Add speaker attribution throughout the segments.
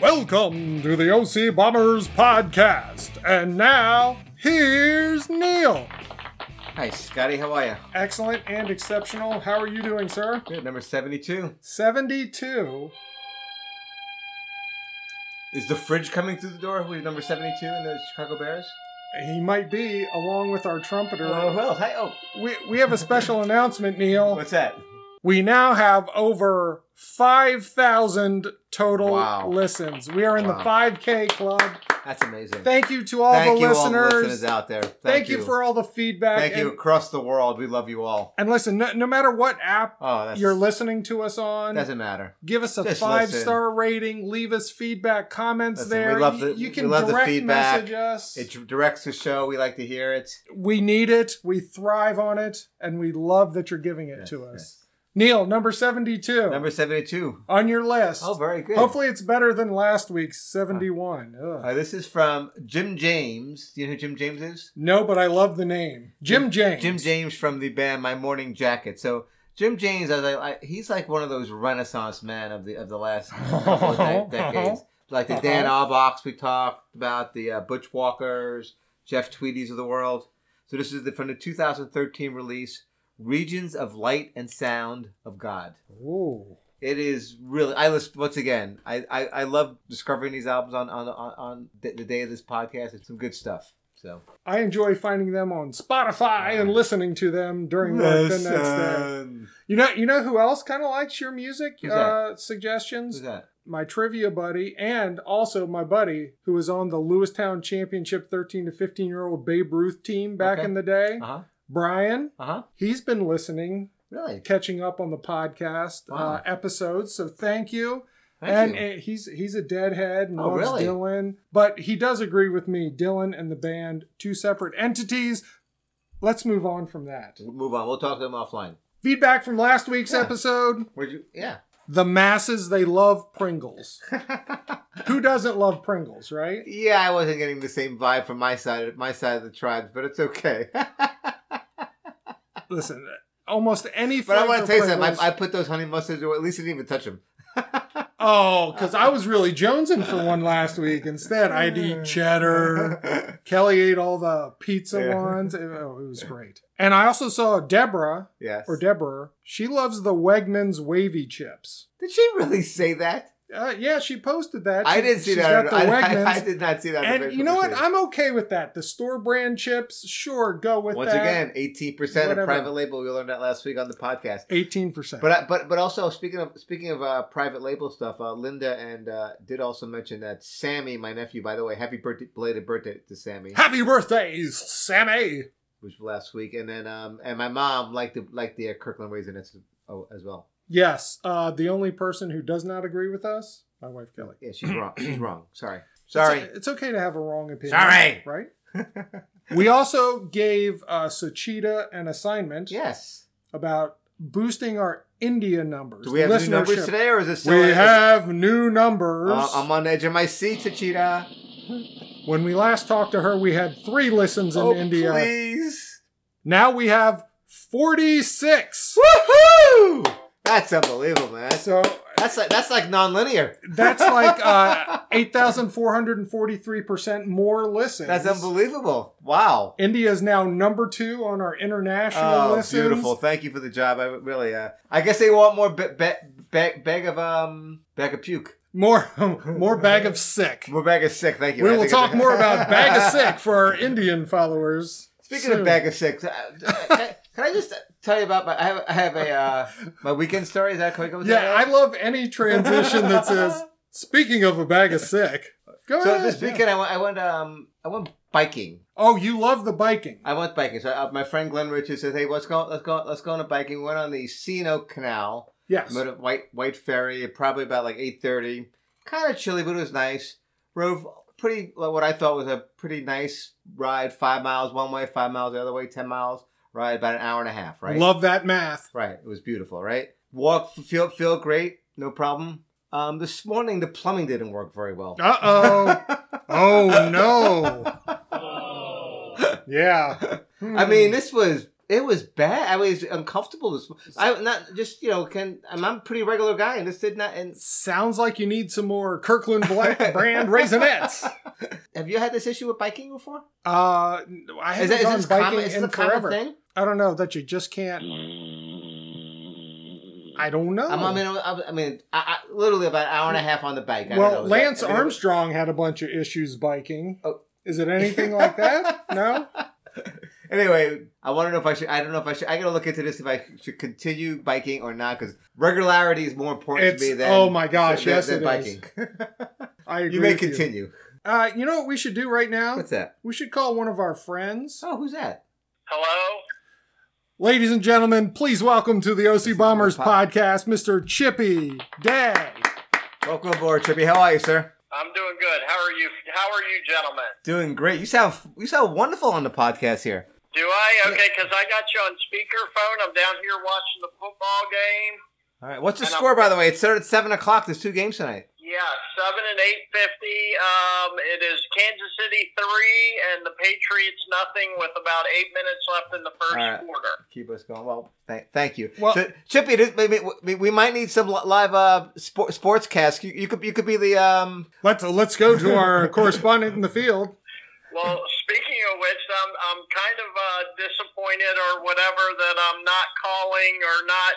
Speaker 1: Welcome to the OC Bombers podcast. And now, here's Neil.
Speaker 2: Hi, Scotty. How are you?
Speaker 1: Excellent and exceptional. How are you doing, sir?
Speaker 2: Good. Number 72.
Speaker 1: 72.
Speaker 2: Is the fridge coming through the door? Who's number 72 in the Chicago Bears?
Speaker 1: He might be, along with our trumpeter.
Speaker 2: Oh, who else? Hi. Oh,
Speaker 1: we, we have a special announcement, Neil.
Speaker 2: what's that?
Speaker 1: We now have over 5,000 total
Speaker 2: Wow.
Speaker 1: listens. We are in the
Speaker 2: Wow.
Speaker 1: 5K club.
Speaker 2: That's amazing.
Speaker 1: Thank you to all
Speaker 2: Thank
Speaker 1: the
Speaker 2: you,
Speaker 1: listeners.
Speaker 2: all the listeners out there. Thank,
Speaker 1: Thank you. for all the feedback.
Speaker 2: Thank
Speaker 1: and,
Speaker 2: you across the world. We love you all.
Speaker 1: And listen, no, no matter what app
Speaker 2: Oh, that's
Speaker 1: you're listening to us on,
Speaker 2: doesn't matter.
Speaker 1: give us a
Speaker 2: Just
Speaker 1: five
Speaker 2: listen.
Speaker 1: star rating leave us feedback comments
Speaker 2: Listen, we
Speaker 1: there
Speaker 2: love
Speaker 1: You-
Speaker 2: the-
Speaker 1: you,
Speaker 2: we
Speaker 1: can
Speaker 2: love the
Speaker 1: direct
Speaker 2: feedback.
Speaker 1: message us
Speaker 2: It directs the show. We like to hear it.
Speaker 1: we need it we thrive on it and we love that you're giving it
Speaker 2: Yes,
Speaker 1: to
Speaker 2: yes.
Speaker 1: us neil number 72
Speaker 2: Number 72.
Speaker 1: on your list
Speaker 2: Oh, very good.
Speaker 1: hopefully it's better than last week's 71 Ugh.
Speaker 2: Uh, this is from Jim James. Do you know who Jim James is?
Speaker 1: no but i love the name jim james
Speaker 2: Jim James from the band My Morning Jacket. So Jim James, as I, I he's like one of those Renaissance men of the of the last couple of de- decades, like the Dan Auerbachs we talked about, the uh, Butch Walkers, Jeff Tweedys of the world. So this is the, from the 2013 release, Regions of Light and Sound of God.
Speaker 1: Ooh.
Speaker 2: It is really. I list once again. I, I, I love discovering these albums on on on, on the, the day of this podcast. It's some good stuff. So
Speaker 1: i enjoy finding them on spotify and listening to them during work the next day you know you know who else kind of likes your music
Speaker 2: Who's that?
Speaker 1: uh, suggestions
Speaker 2: Who's that?
Speaker 1: my trivia buddy and also my buddy who was on the Lewistown Championship 13 to 15 year old Babe Ruth team back
Speaker 2: Okay.
Speaker 1: in the day.
Speaker 2: Uh huh.
Speaker 1: Brian,
Speaker 2: Uh huh.
Speaker 1: he's been listening,
Speaker 2: Really?
Speaker 1: catching up on the podcast uh,
Speaker 2: Wow.
Speaker 1: episodes. So thank you.
Speaker 2: Thank
Speaker 1: and
Speaker 2: you.
Speaker 1: uh, he's he's a deadhead and
Speaker 2: Oh,
Speaker 1: loves
Speaker 2: really?
Speaker 1: Dylan, but he does agree with me. Dylan and the band, two separate entities. Let's move on from that.
Speaker 2: We'll move on. We'll talk to them offline.
Speaker 1: Feedback from last week's
Speaker 2: Yeah.
Speaker 1: episode:
Speaker 2: Where'd you? Yeah.
Speaker 1: the masses they love Pringles. Who doesn't love Pringles, right?
Speaker 2: yeah, I wasn't getting the same vibe from my side, my side of the tribes, but it's okay.
Speaker 1: Listen, almost any.
Speaker 2: but I
Speaker 1: flavor
Speaker 2: want to tell you something.
Speaker 1: Pringles-
Speaker 2: I, I put those honey mustards, or at least I didn't even touch them.
Speaker 1: oh, because I was really jonesing for one last week. Instead, I'd eat cheddar. Kelly ate all the pizza
Speaker 2: Yeah.
Speaker 1: ones. It, oh, it was great. And I also saw Deborah
Speaker 2: yes.
Speaker 1: or Deborah. She loves the Wegmans wavy chips.
Speaker 2: did she really say that?
Speaker 1: Uh, yeah, she posted that.
Speaker 2: I
Speaker 1: She-
Speaker 2: didn't see
Speaker 1: she's
Speaker 2: that.
Speaker 1: got
Speaker 2: I,
Speaker 1: the
Speaker 2: I-
Speaker 1: Wegmans.
Speaker 2: I did not see that. in the
Speaker 1: and you know what?
Speaker 2: conversation.
Speaker 1: I'm okay with that. The store brand chips, sure, go with
Speaker 2: Once
Speaker 1: that.
Speaker 2: again, eighteen percent
Speaker 1: Whatever.
Speaker 2: of private label. We learned that last week on the podcast.
Speaker 1: eighteen percent.
Speaker 2: But I- but but also speaking of speaking of uh, private label stuff, uh, Linda and uh, did also mention that Sammy, my nephew, by the way, happy birthday, belated birthday to Sammy,
Speaker 1: Happy birthdays, Sammy.
Speaker 2: which was last week, and then um and my mom liked the liked the uh, Kirkland raisinettes oh, as well.
Speaker 1: Yes. Uh, the only person who does not agree with us, my wife Kelly.
Speaker 2: Yeah, she's wrong. she's wrong. Sorry, sorry.
Speaker 1: It's, it's okay to have a wrong opinion.
Speaker 2: Sorry.
Speaker 1: Right? we also gave uh, Suchita an assignment
Speaker 2: yes.
Speaker 1: about boosting our India numbers.
Speaker 2: Do we have new numbers
Speaker 1: listenership.
Speaker 2: today, or is this still?
Speaker 1: We have new numbers.
Speaker 2: Uh, I'm on the edge of my seat, Tachita.
Speaker 1: when we last talked to her, we had three listens in
Speaker 2: Oh,
Speaker 1: India.
Speaker 2: please!
Speaker 1: Now we have 46.
Speaker 2: Woohoo! That's unbelievable, man. That's
Speaker 1: So
Speaker 2: that's like that's like nonlinear.
Speaker 1: that's like uh, 8,443% more listens.
Speaker 2: That's unbelievable. Wow.
Speaker 1: India is now number two on our international
Speaker 2: Oh,
Speaker 1: listens.
Speaker 2: beautiful! Thank you for the job. I really, uh, I guess they want more ba- ba- ba- bag of um bag of puke,
Speaker 1: More, more bag of sick.
Speaker 2: more bag of sick. Thank you.
Speaker 1: We
Speaker 2: I
Speaker 1: will
Speaker 2: think
Speaker 1: talk
Speaker 2: it's-
Speaker 1: more about bag of sick for our Indian followers.
Speaker 2: Speaking
Speaker 1: soon.
Speaker 2: of bag of sick, uh, can, can I just tell you about my? I have, I have a uh, my weekend story. Is that can we go? with
Speaker 1: yeah,
Speaker 2: that?
Speaker 1: I love any transition that says "Speaking of a bag of sick." Go
Speaker 2: So
Speaker 1: ahead.
Speaker 2: this
Speaker 1: yeah.
Speaker 2: weekend I went. I went. Um, I went biking.
Speaker 1: Oh, you love the biking.
Speaker 2: I went biking. So uh, my friend Glenn Richards says, "Hey, let's go. Let's go. Let's go on a biking." We went on the Sino Canal.
Speaker 1: Yes.
Speaker 2: Rode at White White Ferry, probably about like eight thirty. Kind of chilly, but it was nice. Rode pretty well, what I thought was a pretty nice ride. Five miles one way, five miles the other way, ten miles. Ride about an hour and a half. Right.
Speaker 1: Love that math.
Speaker 2: Right. It was beautiful. Right. Walk feel feel great. No problem. Um, this morning the plumbing didn't work very well.
Speaker 1: Uh oh. oh no. Yeah.
Speaker 2: I mean, this was It was bad. I was uncomfortable. This I not just you know can I'm, I'm a pretty regular guy and this did not. And
Speaker 1: Hmm. Sounds like you need some more Kirkland Black brand raisinettes.
Speaker 2: have you had this issue with biking before?
Speaker 1: Uh, I
Speaker 2: Is,
Speaker 1: haven't
Speaker 2: that, is
Speaker 1: gone
Speaker 2: this
Speaker 1: biking
Speaker 2: common? Is this
Speaker 1: in
Speaker 2: a common
Speaker 1: forever.
Speaker 2: thing?
Speaker 1: I don't know that you just can't. I don't know.
Speaker 2: Mm. I'm, I mean, I, I mean, I, I, literally about an hour and a half on the bike. I don't know.
Speaker 1: well,
Speaker 2: Is that-
Speaker 1: Lance
Speaker 2: I mean,
Speaker 1: Armstrong had a bunch of issues biking.
Speaker 2: Oh.
Speaker 1: Is it anything like that? No.
Speaker 2: Anyway, I want to know if I should. I don't know if I should. I gotta look into this if I should continue biking or not because regularity is more important
Speaker 1: It's
Speaker 2: to me than
Speaker 1: oh my gosh,
Speaker 2: than,
Speaker 1: yes,
Speaker 2: than
Speaker 1: it is.
Speaker 2: biking.
Speaker 1: I agree.
Speaker 2: you may
Speaker 1: with
Speaker 2: continue.
Speaker 1: Uh, you know what we should do right now?
Speaker 2: What's that?
Speaker 1: We should call one of our friends.
Speaker 2: Oh, who's that?
Speaker 3: Hello?
Speaker 1: Ladies and gentlemen, please welcome to the OC Bombers
Speaker 2: Pod-
Speaker 1: podcast, Mr. Chippy Day.
Speaker 2: Welcome aboard, Trippy. How are you, sir?
Speaker 3: I'm doing good. How are you? How are you, gentlemen?
Speaker 2: Doing great. You sound you sound wonderful on the podcast here.
Speaker 3: Do I? Okay, because I got you on speakerphone. I'm down here watching the football game.
Speaker 2: All right. What's the
Speaker 3: And I'm-
Speaker 2: score, by the way? It's started at seven o'clock. There's two games tonight.
Speaker 3: Yeah, seven and eight fifty. Um, it is Kansas City three and the Patriots nothing with about eight minutes left in the first
Speaker 2: All right.
Speaker 3: quarter.
Speaker 2: Keep us going. Well, thank, thank you.
Speaker 1: Well-
Speaker 2: so, Chippy, this, maybe we- we might need some li- live uh, sport, sports cast. You, you could you could be the um.
Speaker 1: Let's let's go to our correspondent in the field.
Speaker 3: Well, speaking of which, I'm I'm kind of uh, disappointed or whatever that I'm not calling or not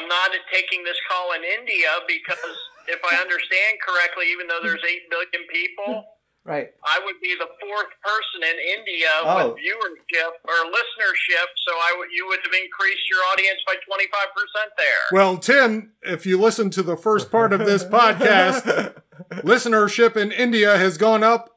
Speaker 3: I'm not taking this call in India because if I understand correctly, even though there's eight billion people.
Speaker 2: Right.
Speaker 3: I would be the fourth person in India
Speaker 2: Oh.
Speaker 3: with viewership or listenership, so I would you would have increased your audience by twenty five percent there.
Speaker 1: Well, Tim, if you listen to the first part of this podcast, listenership in India has gone up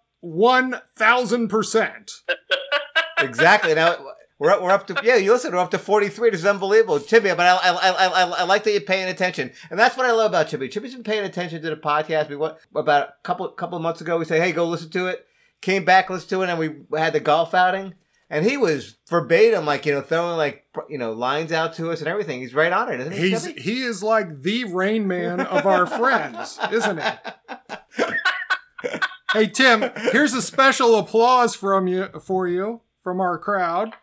Speaker 1: 1,000%.
Speaker 2: exactly. Now we're up, we're up to yeah. You listen, we're up to forty three. This is unbelievable, Chippy. But I, I, I, I, I like that you're paying attention, and that's what I love about Chippy. Chippy's been paying attention to the podcast. We went about a couple couple of months ago. We said, hey, go listen to it. Came back, listened to it, and we had the golf outing. And he was verbatim, like you know, throwing like you know lines out to us and everything. He's right on it, isn't he?
Speaker 1: He's
Speaker 2: Chippy?
Speaker 1: he is like the rain man of our friends, isn't he? hey Tim, here's a special applause from you for you from our crowd.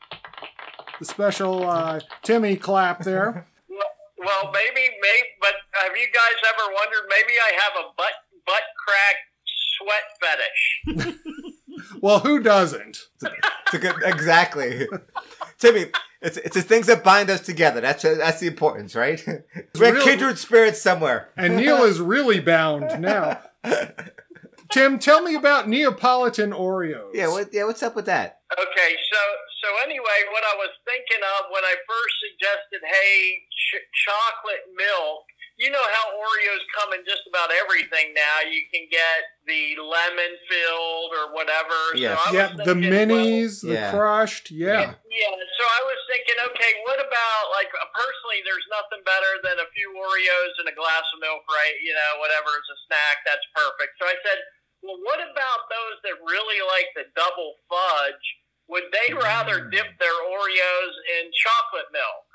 Speaker 1: The special uh, Timmy clap there.
Speaker 3: Well, maybe, maybe, but have you guys ever wondered? Maybe I have a butt butt crack sweat fetish.
Speaker 1: Well, who doesn't?
Speaker 2: It's a good- exactly. Timmy, it's it's the things that bind us together. That's that's the importance, right? We're
Speaker 1: real-
Speaker 2: kindred spirits somewhere.
Speaker 1: And Neil is really bound now. Tim, tell me about Neapolitan Oreos.
Speaker 2: Yeah, what, yeah. What's up with that?
Speaker 3: Okay, so so anyway, what I was thinking of when I first suggested, hey, ch- chocolate milk. You know how Oreos come in just about everything now. You can get the lemon filled or whatever.
Speaker 2: Yes.
Speaker 3: I was
Speaker 1: Yep, the
Speaker 3: thinking, well,
Speaker 1: minis, the
Speaker 2: Yeah.
Speaker 1: crushed, yeah.
Speaker 3: Yeah, so I was thinking, okay, what about like uh, personally? There's nothing better than a few Oreos and a glass of milk, right? You know, whatever is a snack, that's perfect. So I said, well, what about those that really like the double fudge? Would they
Speaker 2: Mm.
Speaker 3: rather dip their Oreos in chocolate milk?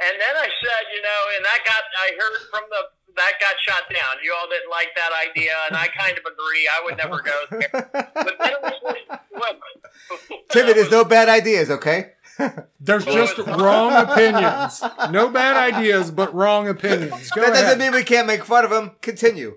Speaker 3: And then I said, you know, and I got, I heard from the, that got shot down. You all didn't like that idea, and I kind of agree. I would never go there. But then it was, what-
Speaker 2: Timmy, there's no bad ideas, okay?
Speaker 1: There's just wrong opinions. No bad ideas, but wrong opinions. Go
Speaker 2: that
Speaker 1: ahead.
Speaker 2: doesn't mean we can't make fun of them. Continue.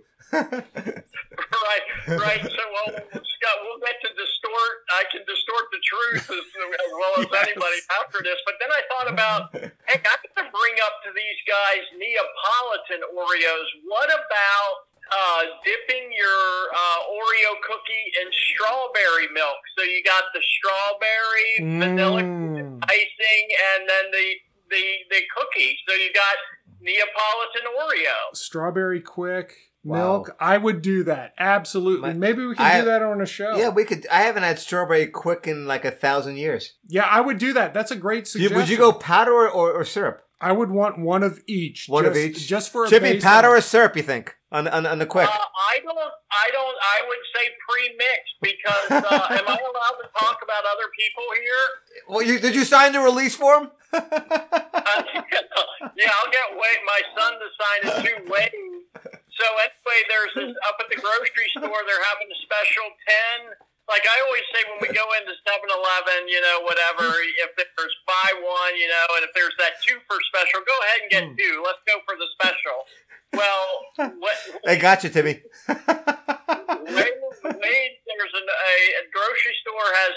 Speaker 3: right, right. So, well, Scott, we'll get to distort. I can distort the truth as, as well as
Speaker 2: Yes.
Speaker 3: anybody after this. But then I thought about, hey, I have to bring up to these guys Neapolitan Oreos. What about uh, dipping your uh, Oreo cookie in strawberry milk? So you got the strawberry, vanilla
Speaker 1: Mm.
Speaker 3: icing, and then the the the cookie. So you got Neapolitan Oreo.
Speaker 1: Strawberry quick
Speaker 2: Wow.
Speaker 1: milk. I would do that. Absolutely.
Speaker 2: My-
Speaker 1: Maybe we can
Speaker 2: I-
Speaker 1: do that on a show.
Speaker 2: Yeah, we could. I haven't had strawberry quick in like a thousand years.
Speaker 1: Yeah, I would do that. That's a great
Speaker 2: Do you-
Speaker 1: suggestion.
Speaker 2: Would you go powder or, or, or syrup?
Speaker 1: I would want one of each.
Speaker 2: One of
Speaker 1: just-
Speaker 2: each.
Speaker 1: Just for a
Speaker 2: Chippy,
Speaker 1: base
Speaker 2: powder
Speaker 1: on-
Speaker 2: or syrup? You think on on, on the quick?
Speaker 3: Uh, I don't. I don't. I would say pre-mixed because uh, am I allowed to talk about other people here?
Speaker 2: well, you, did you sign the release form?
Speaker 3: Uh, yeah, I'll get Wayne, my son to sign it too. Wayne. So anyway, there's this up at the grocery store. They're having a special ten like I always say when we go into 7-Eleven, you know, whatever, if there's buy one, you know, and if there's that two for special, go ahead and get two. Let's go for the special. Well, what,
Speaker 2: I got you, Timmy.
Speaker 3: Wade, Wade there's an, a, a grocery store has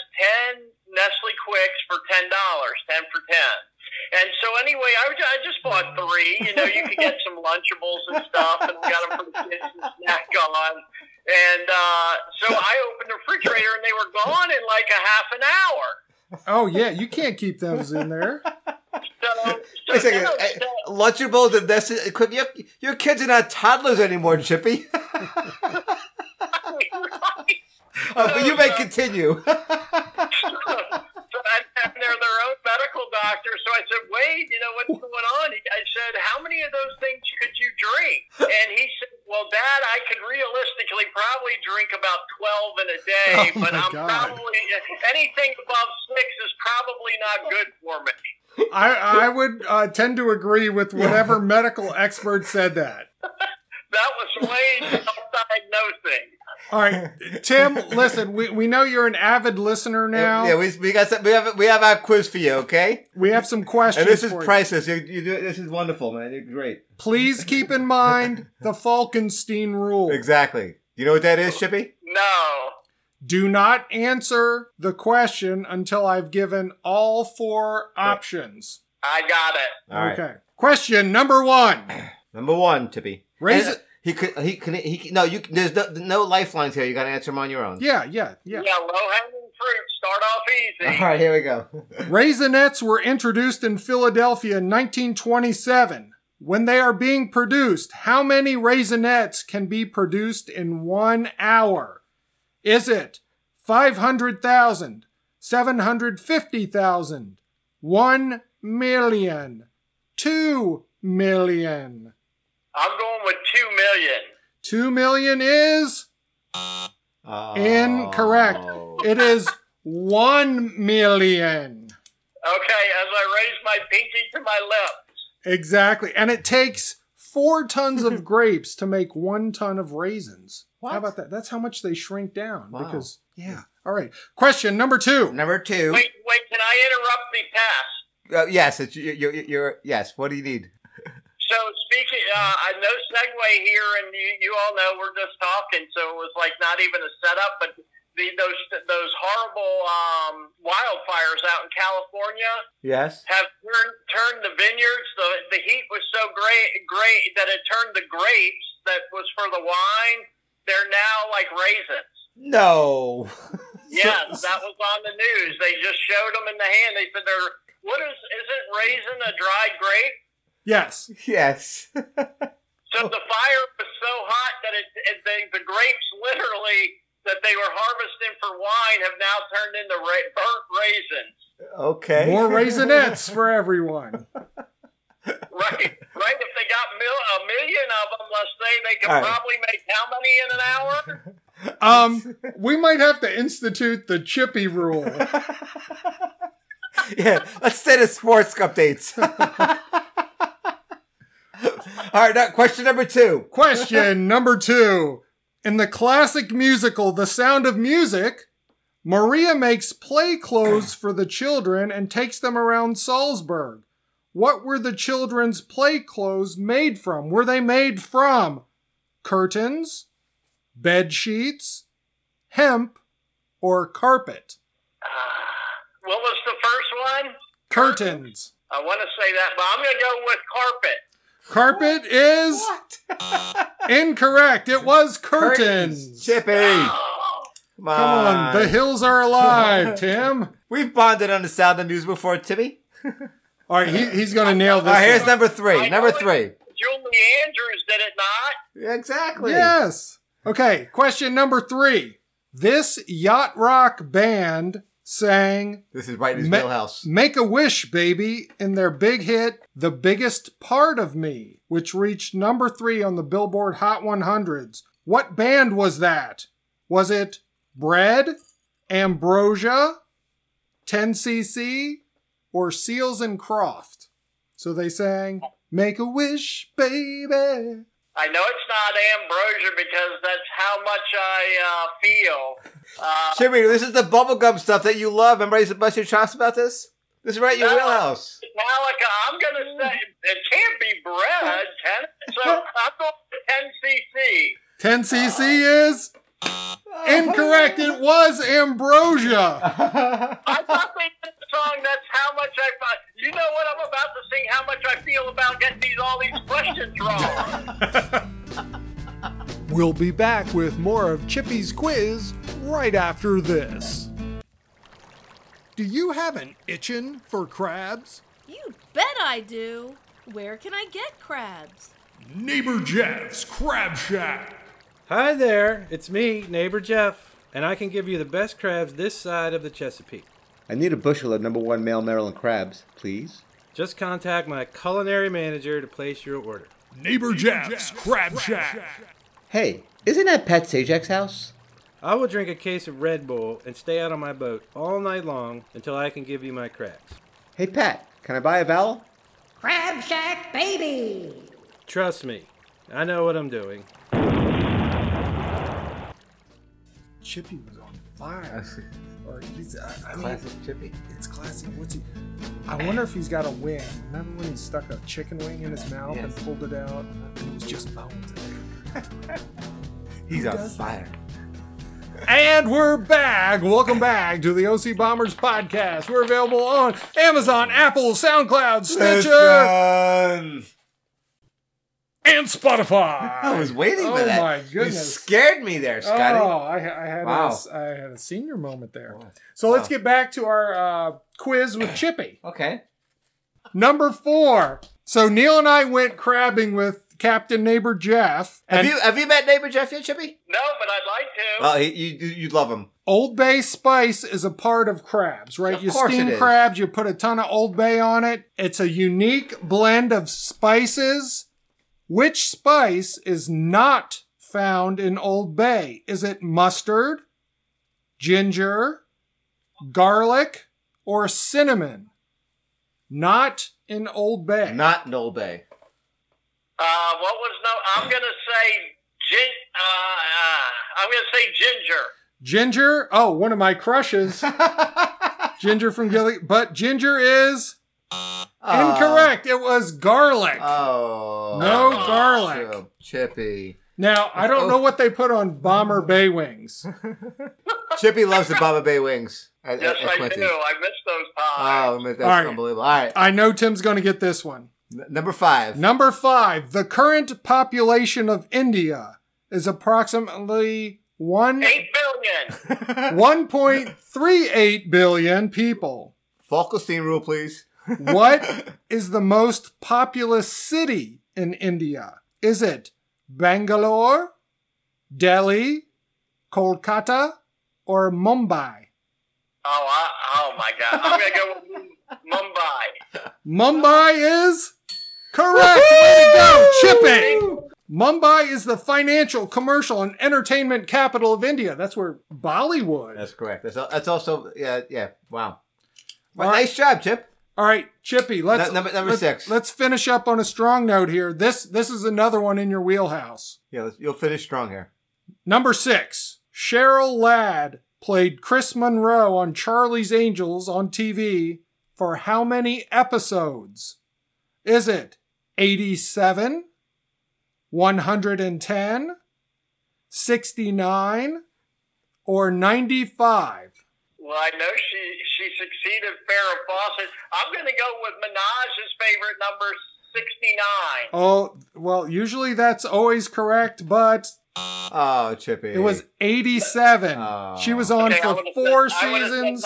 Speaker 3: 10 Nestle Quicks for $10, 10 for 10. And so anyway, I, was- I just bought three. You know, you could get some Lunchables and stuff, and we got them for the kids to snack on. And uh, so I opened the refrigerator, and they were gone in like a half an hour.
Speaker 1: Oh yeah, you can't keep those in there.
Speaker 3: So, so
Speaker 2: Wait a second. I,
Speaker 3: now it's, uh,
Speaker 2: Lunchables and that's quick. Your, your kids are not toddlers anymore, Chippy.
Speaker 3: right.
Speaker 2: Uh, but you may continue.
Speaker 3: so and, and they're their own medical doctor. So I said, Wade, you know what's going on? He- I said, how many of those things could you drink? And he said, well, Dad, I could realistically probably drink about twelve in a day,
Speaker 1: Oh,
Speaker 3: but
Speaker 1: my
Speaker 3: I'm
Speaker 1: God.
Speaker 3: probably anything above six is probably not good for me.
Speaker 1: I I would uh, tend to agree with whatever medical expert said that.
Speaker 3: That was Wade's self-diagnosing.
Speaker 1: All right, Tim. Listen, we, we know you're an avid listener now.
Speaker 2: yeah, we, we got some, we have we have our quiz for you, okay?
Speaker 1: we have some questions.
Speaker 2: And this is
Speaker 1: for you.
Speaker 2: priceless. You, you do, this is wonderful, man. You're great.
Speaker 1: Please keep in mind the Falkenstein rule.
Speaker 2: Exactly. You know what that is, Chippy?
Speaker 3: No.
Speaker 1: Do not answer the question until I've given all four options.
Speaker 3: I got it.
Speaker 2: All right.
Speaker 1: Okay. Question number one.
Speaker 2: Number one, Chippy.
Speaker 1: Raise
Speaker 2: And, uh,
Speaker 1: it.
Speaker 2: He could. He can. He can, no. You there's no, no lifelines here. You got to answer them on your own.
Speaker 1: Yeah, yeah, yeah. Uh-huh.
Speaker 3: Yeah, low-hanging fruit. Start off easy.
Speaker 2: All right. Here we go.
Speaker 1: Raisinets were introduced in Philadelphia in 1927. When they are being produced, how many raisinets can be produced in one hour? Is it 500,000, 750,000, 1 million, 2 million?
Speaker 3: I'm going with two million.
Speaker 1: 2 million is
Speaker 2: Oh.
Speaker 1: incorrect. It is 1 million.
Speaker 3: Okay, as I raise my pinky to my lips.
Speaker 1: Exactly. And it takes four tons of grapes to make one ton of raisins.
Speaker 2: What?
Speaker 1: How about that? That's how much they shrink down.
Speaker 2: Wow.
Speaker 1: Because yeah. All right. Question number two.
Speaker 2: Number two.
Speaker 3: Wait, wait, can I interrupt the pass?
Speaker 2: Uh, yes. It's you, you, you're. Yes. What do you need?
Speaker 3: So speaking, uh, I- no segue here, and you, you all know we're just talking, so it was like not even a setup. But the, those those horrible um, wildfires out in California
Speaker 2: Yes.
Speaker 3: have turned turned the vineyards. The the heat was so great great that it turned the grapes that was for the wine. They're now like raisins.
Speaker 2: No.
Speaker 3: Yes, that was on the news. They just showed them in the hand. They said they're what is isn't raisin a dried grape?
Speaker 1: Yes.
Speaker 2: yes.
Speaker 3: So the fire was so hot that it, it the, the grapes literally that they were harvesting for wine have now turned into ra- burnt raisins.
Speaker 2: Okay.
Speaker 1: More raisinets for everyone.
Speaker 3: Right, right. If they got mil- a million of them, let's say they could
Speaker 2: All right.
Speaker 3: probably make how many in an hour?
Speaker 1: Um, we might have to institute the chippy rule.
Speaker 2: yeah, let's stay to sports updates. All right, now question number two.
Speaker 1: Question number two. In the classic musical The Sound of Music, Maria makes play clothes for the children and takes them around Salzburg. What were the children's play clothes made from? Were they made from curtains, bed sheets, hemp, or carpet?
Speaker 3: Uh, what was the first one?
Speaker 1: Curtains.
Speaker 3: I want to say that, but I'm going to go with carpet.
Speaker 1: Carpet is
Speaker 2: What?
Speaker 1: incorrect. It was curtains.
Speaker 2: Chippy.
Speaker 3: Oh.
Speaker 2: Come
Speaker 1: Come on,
Speaker 2: on.
Speaker 1: the hills are alive, Tim.
Speaker 2: We've bonded on the sound of music before, Timmy.
Speaker 1: All right, he, he's going to nail
Speaker 2: All
Speaker 1: this.
Speaker 2: right, here's
Speaker 1: one.
Speaker 2: number three.
Speaker 3: I
Speaker 2: Number
Speaker 3: know it.
Speaker 2: three.
Speaker 3: Julie Andrews did it not.
Speaker 2: Exactly.
Speaker 1: Yes. Okay, question number three. This yacht rock band sang
Speaker 2: This is right in his
Speaker 1: Ma-
Speaker 2: wheelhouse.
Speaker 1: Make a Wish, Baby in their big hit, The Biggest Part of Me, which reached number three on the Billboard Hot 100s. What band was that? Was it Bread, Ambrosia, 10cc, or Seals and Croft? So they sang Make a Wish, Baby.
Speaker 3: I know it's not ambrosia because that's how much I uh, feel. Uh,
Speaker 2: Jimmy, this is the bubblegum stuff that you love. Remember I used to bust your chops about this? This is right in your
Speaker 3: No.
Speaker 2: wheelhouse.
Speaker 3: Metallica, I'm going to say it can't be bread. Ten, so I'm going to 10cc.
Speaker 1: 10cc is incorrect. It was ambrosia.
Speaker 3: I thought they did the song. That's how much I. fi- You know what? I'm about to sing. How much I feel about getting these all these questions wrong.
Speaker 1: We'll be back with more of Chippy's quiz right after this. Do you have an itchin' for crabs?
Speaker 4: You bet I do. Where can I get crabs?
Speaker 1: Neighbor Jeff's Crab Shack.
Speaker 5: Hi there, it's me, neighbor Jeff, and I can give you the best crabs this side of the Chesapeake.
Speaker 2: I need a bushel of number one male Maryland crabs, please.
Speaker 5: Just contact my culinary manager to place your order.
Speaker 1: Neighbor, Jeff's, Crab, Shack.
Speaker 2: Hey, isn't that Pat Sajak's house?
Speaker 5: I will drink a case of Red Bull and stay out on my boat all night long until I can give you my crabs.
Speaker 2: Hey, Pat, can I buy a vowel?
Speaker 6: Crab Shack Baby!
Speaker 5: Trust me, I know what I'm doing.
Speaker 1: Chippy was on fire. Or he's, uh, I, I mean,
Speaker 2: Chippy.
Speaker 1: it's classic. What's he? I wonder if he's got a wing. Remember when he stuck a chicken wing in his mouth and
Speaker 2: Yes.
Speaker 1: pulled it out, and it was just bones. in there?
Speaker 2: He's
Speaker 1: on
Speaker 2: on fire.
Speaker 1: And we're back. Welcome back to the OC Bombers podcast. We're available on Amazon, Apple, SoundCloud, Stitcher, and Spotify.
Speaker 2: I was waiting for
Speaker 1: Oh
Speaker 2: that.
Speaker 1: my
Speaker 2: You
Speaker 1: goodness.
Speaker 2: scared me there,
Speaker 1: Oh,
Speaker 2: Scotty.
Speaker 1: I, I had
Speaker 2: Wow.
Speaker 1: a, I had a senior moment there. So let's get back to our uh, quiz with Chippy.
Speaker 2: Okay.
Speaker 1: Number four. So Neil and I went crabbing with Captain Neighbor Jeff
Speaker 2: Have
Speaker 1: and
Speaker 2: you have you met neighbor Jeff yet, Chippy?
Speaker 3: no, but I'd like to.
Speaker 2: Well, he, you you'd love him.
Speaker 1: Old Bay spice is a part of crabs, right?
Speaker 2: Of
Speaker 1: you
Speaker 2: course
Speaker 1: steam
Speaker 2: it is.
Speaker 1: crabs, you put a ton of Old Bay on it. It's a unique blend of spices. Which spice is not found in Old Bay? Is it mustard, ginger, garlic, or cinnamon? Not in Old Bay.
Speaker 2: Not Noel Bay.
Speaker 3: Uh, what was no? I'm gonna say gin. Uh, uh, I'm gonna say ginger.
Speaker 1: Ginger. Oh, one of my crushes. ginger from Gilly. But ginger is incorrect. It was garlic.
Speaker 2: Oh.
Speaker 1: No garlic.
Speaker 2: Chip- Chippy.
Speaker 1: Now, I don't know
Speaker 2: Oh.
Speaker 1: what they put on Bomber Bay wings.
Speaker 2: Chippy loves the Baba Bay wings. at-
Speaker 3: Yes,
Speaker 2: at- at
Speaker 3: I
Speaker 2: Quincy's.
Speaker 3: do. I miss those times.
Speaker 2: Oh, that's
Speaker 1: All right.
Speaker 2: unbelievable. All right.
Speaker 1: I know Tim's going to get this one.
Speaker 2: N- number five.
Speaker 1: Number five, the current population of India is approximately one,
Speaker 3: Eight billion.
Speaker 1: 1.38 billion people.
Speaker 2: Falkenstein rule, please.
Speaker 1: What is the most populous city in India? Is it Bangalore, Delhi, Kolkata, or Mumbai?
Speaker 3: Oh, I, oh my God! I'm gonna go with Mumbai.
Speaker 1: Mumbai is correct. Way to go, Chippy. Mumbai is the financial, commercial, and entertainment capital of India. That's where Bollywood.
Speaker 2: That's correct. That's, al- that's also, yeah, yeah. Wow. Well,
Speaker 1: All right.
Speaker 2: Nice job, Chip.
Speaker 1: All right, Chippy. Let's
Speaker 2: Nu- number- number
Speaker 1: let's-
Speaker 2: six.
Speaker 1: Let's finish up on a strong note here. This this is another one in your wheelhouse.
Speaker 2: Yeah, let's- you'll finish strong here.
Speaker 1: Number six. Cheryl Ladd played Chris Monroe on Charlie's Angels on TV for how many episodes? Is it 87, 110, 69, or 95?
Speaker 3: Well, I know she she succeeded Farrah Fawcett. I'm going to go with Minaj's favorite number, 69.
Speaker 1: Oh, well, usually that's always correct, but
Speaker 2: Oh, Chippy.
Speaker 1: it was 87.
Speaker 2: Oh.
Speaker 1: She was on
Speaker 3: Okay, I
Speaker 1: for
Speaker 3: would've
Speaker 1: four
Speaker 3: said- I would've said
Speaker 1: seasons.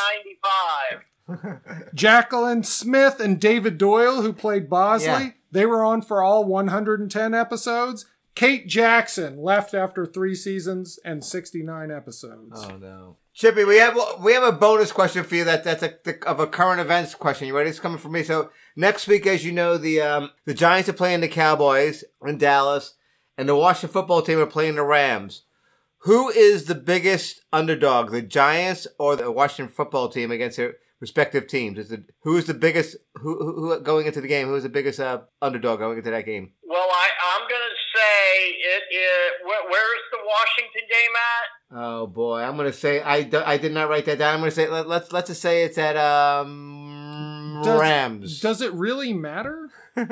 Speaker 3: 95.
Speaker 1: Jacqueline Smith and David Doyle, who played Bosley,
Speaker 2: Yeah.
Speaker 1: they were on for all 110 episodes. Kate Jackson left after three seasons and 69 episodes.
Speaker 2: Oh, no. Chippy, we have we have a bonus question for you. That that's a, the, of a current events question. You ready? It's coming from me. So next week, as you know, the um, the Giants are playing the Cowboys in Dallas, and the Washington football team are playing the Rams. Who is the biggest underdog, the Giants or the Washington football team against their respective teams? Is the who is the biggest who, who, who going into the game? Who is the biggest uh, underdog going into that game?
Speaker 3: Well, I, I'm going to say it is. Wh- where's the Washington game at?
Speaker 2: Oh boy, I'm gonna say I, d- I did not write that down. I'm gonna say let, let's let's just say it's at um
Speaker 1: Does-
Speaker 2: Rams.
Speaker 1: Does it really matter?
Speaker 3: Right.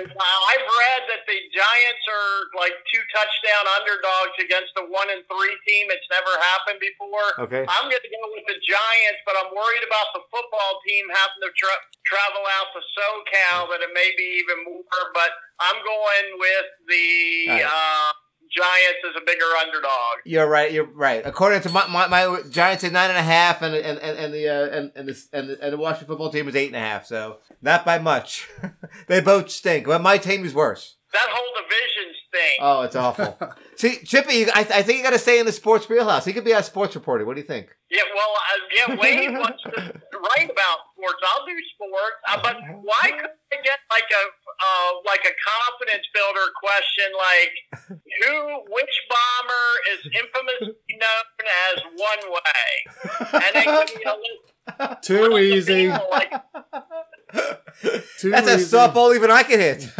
Speaker 3: Now, I've read that the Giants are like two touchdown underdogs against the one and three team. It's never happened before.
Speaker 2: okay.
Speaker 3: I'm going to go with the Giants, but I'm worried about the football team having to tra- travel out to SoCal, that it may be even more. But I'm going with the
Speaker 2: All
Speaker 3: uh, Giants as a bigger underdog.
Speaker 2: You're right. You're right. According to my, my, my Giants at nine and a half, and and and, and the uh, and and the, and the and the Washington football team is eight and a half. So not by much. they both stink, but my team is worse.
Speaker 3: That whole division thing.
Speaker 2: Oh, it's awful. See, Chippy, I, I think you got to stay in the sports wheelhouse. He could be a sports reporter. What do you think?
Speaker 3: Yeah, well, uh, yeah, Wade wants to write about sports. I'll do sports, uh, but why couldn't I get like a uh, like a confidence builder question, like who, which bomber is infamously known as One Way, and then give me a list
Speaker 1: Too
Speaker 3: of
Speaker 1: easy.
Speaker 3: people, like,
Speaker 1: Too
Speaker 2: That's a
Speaker 1: easy.
Speaker 2: softball even I can hit.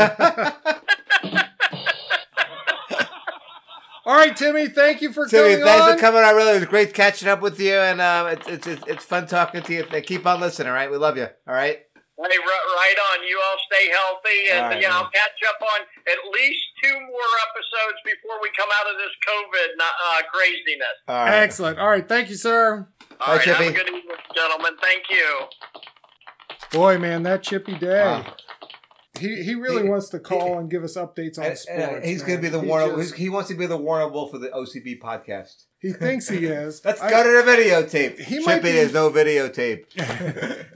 Speaker 1: All right, Timmy. Thank you for
Speaker 2: Timmy,
Speaker 1: coming
Speaker 2: thanks
Speaker 1: on.
Speaker 2: for coming on. Really, it was great catching up with you, and um, it's, it's it's it's fun talking to you. Keep on listening. All right, we love you. All right.
Speaker 3: hey, r- right on. You all stay healthy,
Speaker 2: All
Speaker 3: and
Speaker 2: right,
Speaker 3: yeah,
Speaker 2: man.
Speaker 3: I'll catch up on at least two more episodes before we come out of this COVID uh, craziness.
Speaker 2: All right.
Speaker 1: Excellent. All right. Thank you, sir.
Speaker 3: All
Speaker 2: Bye,
Speaker 3: right, have a
Speaker 2: Chippy.
Speaker 3: good evening, gentlemen. Thank you.
Speaker 1: Boy, man, that Chippy Day.
Speaker 2: Wow.
Speaker 1: He he really
Speaker 2: He-
Speaker 1: wants to call
Speaker 2: he-
Speaker 1: and give us updates on
Speaker 2: And-
Speaker 1: sports.
Speaker 2: and, uh, he's
Speaker 1: man.
Speaker 2: going to be the
Speaker 1: He
Speaker 2: Warner.
Speaker 1: just-
Speaker 2: he's- he wants to be the Warner Wolf of the OCB podcast.
Speaker 1: He thinks he is.
Speaker 2: Let's
Speaker 1: I-
Speaker 2: go to the videotape.
Speaker 1: He
Speaker 2: He
Speaker 1: might be-
Speaker 2: there's no videotape.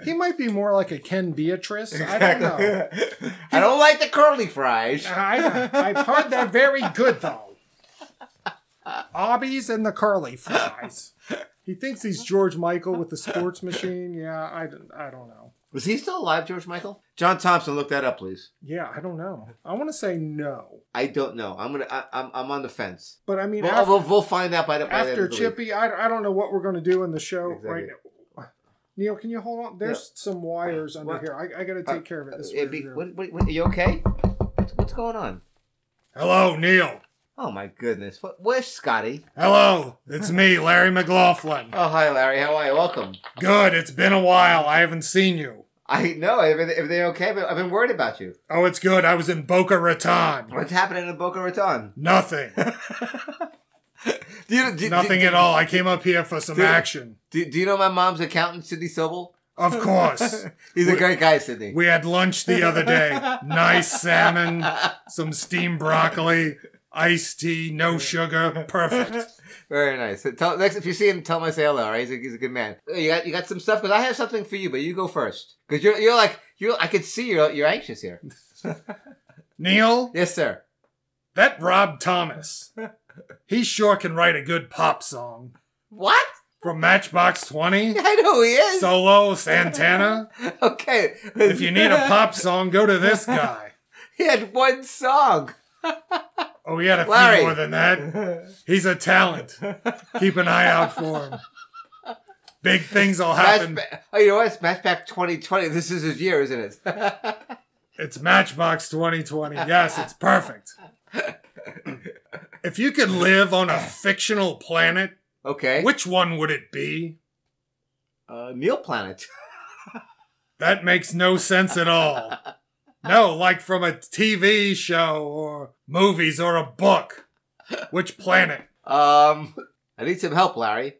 Speaker 1: He might be more like a Ken Beatrice. I don't know. Uh-huh.
Speaker 2: I don't like the curly fries.
Speaker 1: I, I've heard they're very good though. Obbies and the curly fries. He thinks he's George Michael with the sports machine. Yeah, I don't, I don't know.
Speaker 2: Was he still alive, George Michael? John Thompson, look that up, please.
Speaker 1: Yeah, I don't know. I want to say no,
Speaker 2: I don't know. I'm gonna. I, I'm. I'm on the fence.
Speaker 1: but I mean,
Speaker 2: We'll,
Speaker 1: after,
Speaker 2: we'll, we'll find out by the by the end
Speaker 1: after
Speaker 2: of the week.
Speaker 1: Chippy, I, I don't know what we're going to do in the show
Speaker 2: Exactly.
Speaker 1: right now. Neil, can you hold on? There's some wires under
Speaker 2: What? Uh,
Speaker 1: here. I, I got to take care of it this weird
Speaker 2: It'd be-
Speaker 1: room.
Speaker 2: what, what, what- are you okay? What's, what's going on?
Speaker 1: Hello, Neil.
Speaker 2: Oh my goodness! What, where's Scotty?
Speaker 1: Hello, it's me, Larry McLaughlin.
Speaker 2: Oh hi, Larry. How are you? Welcome.
Speaker 1: Good, it's been a while. I haven't seen you.
Speaker 2: I know. Everything, everything okay? But I've been worried about you.
Speaker 1: Oh, it's good. I was in Boca Raton.
Speaker 2: What's happening in Boca Raton?
Speaker 1: Nothing.
Speaker 2: Do you, do,
Speaker 1: Nothing
Speaker 2: do,
Speaker 1: at all. I came up here for some
Speaker 2: Dude.
Speaker 1: action.
Speaker 2: Do, do you know my mom's accountant, Sydney Sobel?
Speaker 1: Of course.
Speaker 2: He's a great guy, Sydney.
Speaker 1: We had lunch the other day. Nice salmon, some steamed broccoli, iced tea, no sugar. Perfect.
Speaker 2: Very nice. So tell, next, if you see him, tell him I say hello. All right, he's a, he's a good man. Uh, You got you got some stuff because I have something for you, but you go first because you're you're like you. I can see you're you're anxious here.
Speaker 1: Neil,
Speaker 2: Yes, sir.
Speaker 1: that Rob Thomas. He sure can write a good pop song.
Speaker 2: What?
Speaker 1: From Matchbox 20,
Speaker 2: I know who he is.
Speaker 1: Solo, Santana.
Speaker 2: okay.
Speaker 1: If you need a pop song, go to this guy.
Speaker 2: he had one song.
Speaker 1: Oh, he had a
Speaker 2: Larry.
Speaker 1: few more than that. He's a talent. Keep an eye out for him. Big things will happen.
Speaker 2: Matchback. Oh, you know what? It's Matchback 2020. This is his year, isn't it?
Speaker 1: It's Matchbox 2020. Yes, it's perfect. If you could live on a fictional planet,
Speaker 2: okay.
Speaker 1: which one would it be?
Speaker 2: Uh, Neil Planet.
Speaker 1: That makes no sense at all. No, like from a TV show or movies or a book. Which planet?
Speaker 2: Um, I need some help, Larry.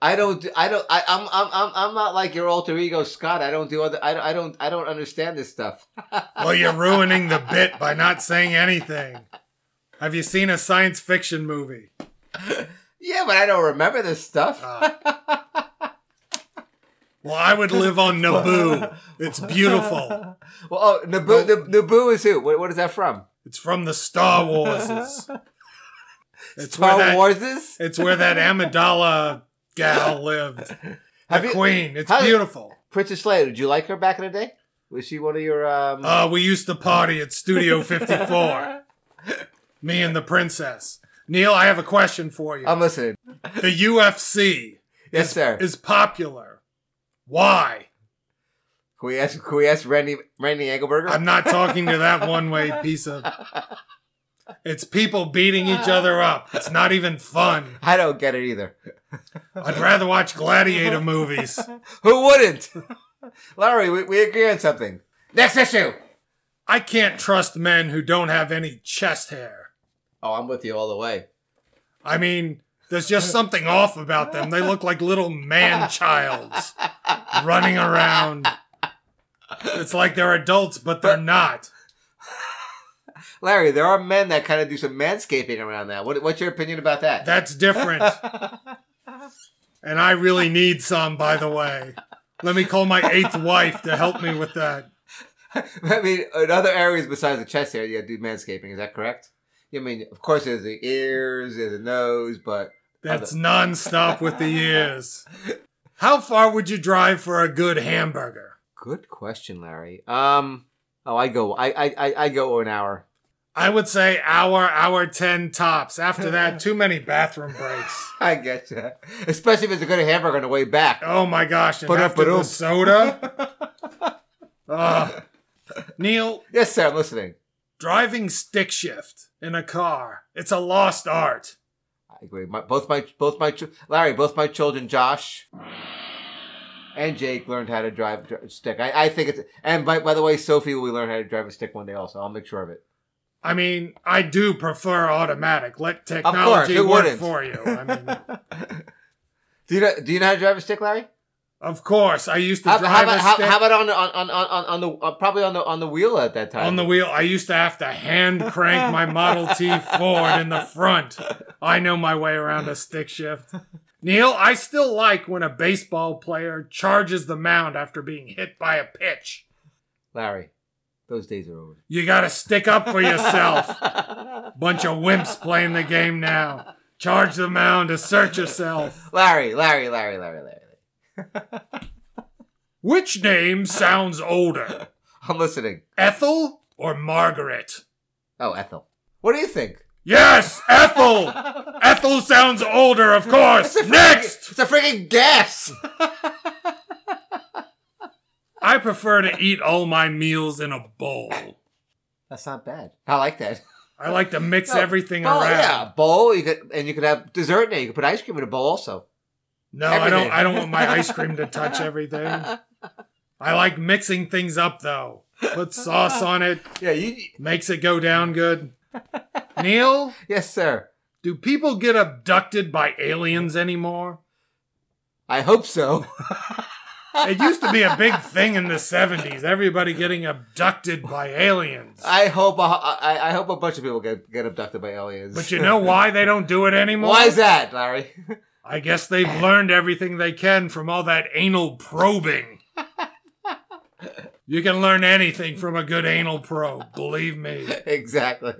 Speaker 2: I don't. do- I don't. I, I'm. I'm. I'm. I'm not like your alter ego, Scott. I don't do other. I, don't- I don't. I don't understand this stuff.
Speaker 1: Well, you're ruining the bit by not saying anything. Have you seen a science fiction movie?
Speaker 2: Yeah, but I don't remember this stuff.
Speaker 1: Ah. Well, I would live on Naboo. It's beautiful.
Speaker 2: well, oh, Naboo. Nab- Naboo is who? What, what is that from?
Speaker 1: It's from the Star Warses. It's where
Speaker 2: Star
Speaker 1: that,
Speaker 2: Wars is.
Speaker 1: It's where that Amidala gal lived.
Speaker 2: Have
Speaker 1: The
Speaker 2: you-
Speaker 1: queen. It's
Speaker 2: how-
Speaker 1: beautiful.
Speaker 2: Princess Leia. Did you like her back in the day? Was she one of your? um
Speaker 1: Uh, we used to party at Studio 54. Me and the princess. Neil, I have a question for you.
Speaker 2: I'm listening.
Speaker 1: the UFC
Speaker 2: Yes, sir.
Speaker 1: is popular. Why?
Speaker 2: can we ask? Can we ask Randy? Randy Engelberger?
Speaker 1: I'm not talking to that one way piece of It's people beating each other up. It's not even fun.
Speaker 2: I don't get it either.
Speaker 1: I'd rather watch gladiator movies.
Speaker 2: Who wouldn't? Larry, we, we agree on something. Next issue.
Speaker 1: I can't trust men who don't have any chest hair.
Speaker 2: Oh, I'm with you all the way.
Speaker 1: I mean, there's just something off about them. They look like little man childs running around. It's like they're adults, but they're not.
Speaker 2: Larry, there are men that kind of do some manscaping around that. What, what's your opinion about that?
Speaker 1: That's different. And I really need some, by the way. Let me call my eighth wife to help me with that.
Speaker 2: I mean, in other areas besides the chest hair, you do manscaping. Is that correct? I mean, of course, there's the ears, there's the nose, but
Speaker 1: That's nonstop with the ears. How far would you drive for a good hamburger?
Speaker 2: good question, Larry. Um, oh, I go, I, I, I- I go an hour.
Speaker 1: I would say hour, hour 10 tops. After that, too many bathroom breaks.
Speaker 2: I get you, especially if it's a good hamburger on the way back.
Speaker 1: Oh my gosh. And
Speaker 2: Ba-dum,
Speaker 1: after the
Speaker 2: ba-dum.
Speaker 1: soda? Ugh. Neil,
Speaker 2: Yes, sir. I'm listening.
Speaker 1: driving stick shift in a car. It's a lost art.
Speaker 2: I agree. My, both my both my chil- Larry, both my children, Josh and Jake, learned how to drive dr- stick. I, I think it's and by, by the way, Sophie will learn how to drive a stick one day. Also, I'll make sure of it.
Speaker 1: I mean, I do prefer automatic. Let
Speaker 2: course,
Speaker 1: technology
Speaker 2: who
Speaker 1: work
Speaker 2: wouldn't?
Speaker 1: for you. I mean,
Speaker 2: Do you know, do you know how to drive a stick, Larry?
Speaker 1: of course, I used to
Speaker 2: How, how
Speaker 1: drive
Speaker 2: about
Speaker 1: a
Speaker 2: how,
Speaker 1: stick
Speaker 2: how about on the- on on on, on the uh, probably on the on the wheel at that time?
Speaker 1: on the wheel. I used to have to hand crank my Model T Ford in the front. I know my way around a stick shift. Neil, I still like when a baseball player charges the mound after being hit by a pitch.
Speaker 2: Larry, those days are over.
Speaker 1: You gotta stick up for yourself. Bunch of wimps playing the game now. Charge the mound, assert yourself.
Speaker 2: Larry, Larry, Larry, Larry, Larry.
Speaker 1: Which name sounds older?
Speaker 2: I'm listening.
Speaker 1: Ethel or Margaret?
Speaker 2: Oh, Ethel. What do you think?
Speaker 1: Yes, Ethel! Ethel sounds older, of course! Next!
Speaker 2: It's a freaking guess.
Speaker 1: I prefer to eat all my meals in a bowl.
Speaker 2: That's not bad. I like that.
Speaker 1: I like to mix
Speaker 2: No,
Speaker 1: everything
Speaker 2: bowl,
Speaker 1: around.
Speaker 2: Yeah, bowl. You could and you could have dessert in it. You could put ice cream in a bowl also.
Speaker 1: No, I
Speaker 2: Everything.
Speaker 1: don't I don't want my ice cream to touch everything. I like mixing things up though. Put sauce on it,
Speaker 2: Yeah, you.
Speaker 1: makes it go down good. Neil,
Speaker 2: Yes, sir.
Speaker 1: do people get abducted by aliens anymore?
Speaker 2: I hope so.
Speaker 1: It used to be a big thing in the 70s, everybody getting abducted by aliens.
Speaker 2: I hope. A, I, I hope a bunch of people get get abducted by aliens.
Speaker 1: But you know why they don't do it anymore?
Speaker 2: why is that, Larry?
Speaker 1: I guess they've learned everything they can from all that anal probing. You can learn anything from a good anal probe, believe me.
Speaker 2: exactly.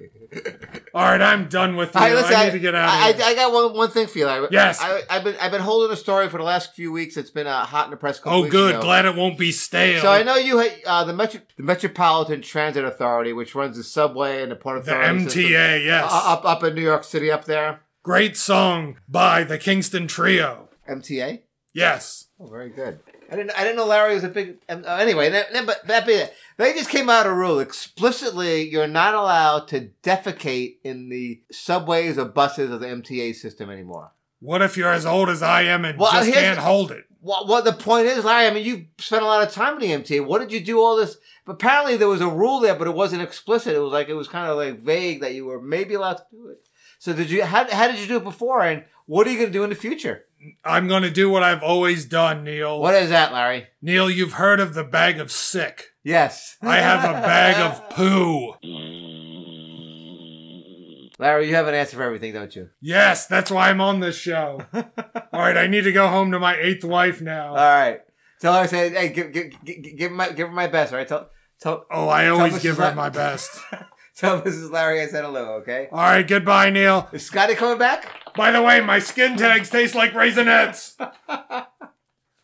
Speaker 1: All right, I'm done with you.
Speaker 2: All right, listen,
Speaker 1: I need to get out
Speaker 2: I,
Speaker 1: of here.
Speaker 2: I, I got one, one thing for you, Larry.
Speaker 1: Yes.
Speaker 2: I, I've been I've been holding a story for the last few weeks. It's been uh, hot in the press. a couple
Speaker 1: oh,
Speaker 2: weeks
Speaker 1: good.
Speaker 2: ago.
Speaker 1: Glad it won't be stale.
Speaker 2: So I know you had uh, the, Metro- the Metropolitan Transit Authority, which runs the subway and the port
Speaker 1: the
Speaker 2: authority. system,
Speaker 1: MTA,
Speaker 2: uh,
Speaker 1: yes.
Speaker 2: up up in New York City, up there.
Speaker 1: Great song by the Kingston Trio.
Speaker 2: MTA.
Speaker 1: Yes.
Speaker 2: Oh, very good. I didn't. I didn't know Larry was a big. Um, uh, anyway, that, that- but that be it. They just came out a rule explicitly: you're not allowed to defecate in the subways or buses of the MTA system anymore.
Speaker 1: What if you're as old as I am and
Speaker 2: Well, uh,
Speaker 1: just
Speaker 2: here's-
Speaker 1: can't hold it?
Speaker 2: What, what the point is, Larry? I mean, you spent a lot of time in the MTA. What did you do all this? Apparently, there was a rule there, but it wasn't explicit. It was like it was kind of like vague that you were maybe allowed to do it. So did you? How, how did you do it before? And what are you going to do in the future?
Speaker 1: I'm going to do what I've always done, Neil.
Speaker 2: What is that, Larry?
Speaker 1: Neil, you've heard of the bag of sick.
Speaker 2: Yes,
Speaker 1: I have a bag of poo.
Speaker 2: Larry. You have an answer for everything, don't you?
Speaker 1: Yes, that's why I'm on this show. All right, I need to go home to my eighth wife now.
Speaker 2: All right. Tell her I said, hey, give, give, give, give, my, give her my best, all right? Tell, tell,
Speaker 1: oh, I
Speaker 2: tell
Speaker 1: always
Speaker 2: Mrs.
Speaker 1: give
Speaker 2: La-
Speaker 1: her my best.
Speaker 2: Tell Mrs. Larry I said hello, okay?
Speaker 1: All right, goodbye, Neil.
Speaker 2: Is Scotty coming back?
Speaker 1: By the way, my skin tags taste like raisinettes.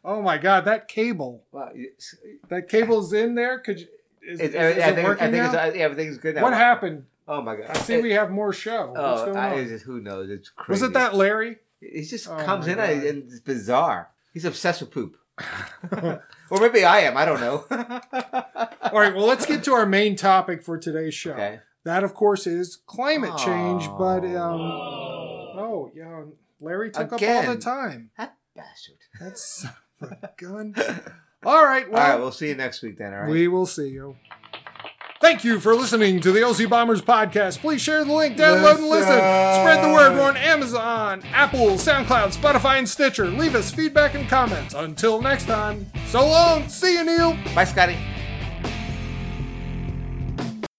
Speaker 1: oh my god, that cable.
Speaker 2: Well, you- it's-
Speaker 1: That cable's in there. Could you, is, is-
Speaker 2: it-
Speaker 1: is
Speaker 2: I
Speaker 1: it
Speaker 2: think, I
Speaker 1: working
Speaker 2: think
Speaker 1: now?
Speaker 2: it's, I- yeah, everything's good now.
Speaker 1: what happened?
Speaker 2: Oh, my God.
Speaker 1: I see we have more show.
Speaker 2: Oh,
Speaker 1: What's going
Speaker 2: I,
Speaker 1: on?
Speaker 2: it's just, who knows? It's
Speaker 1: Was
Speaker 2: crazy.
Speaker 1: it that Larry?
Speaker 2: He just
Speaker 1: Oh,
Speaker 2: comes
Speaker 1: my
Speaker 2: in
Speaker 1: God.
Speaker 2: and and it's bizarre. He's obsessed with poop. or maybe I am. I don't know.
Speaker 1: All right, well, let's get to our main topic for today's show.
Speaker 2: okay.
Speaker 1: That, of course, is climate change.
Speaker 2: Aw.
Speaker 1: But um, oh yeah, Larry took up all
Speaker 2: Again.
Speaker 1: the time.
Speaker 2: That bastard.
Speaker 1: That's a gun. All right. Well,
Speaker 2: all right, we'll see you next week then. All right.
Speaker 1: we will see you. Thank you for listening to the OC Bombers podcast. Please share the link, download and listen.
Speaker 2: Listen.
Speaker 1: Spread the word. We're on Amazon, Apple, SoundCloud, Spotify, and Stitcher. Leave us feedback and comments. Until next time, so long. See you, Neil.
Speaker 2: Bye, Scotty.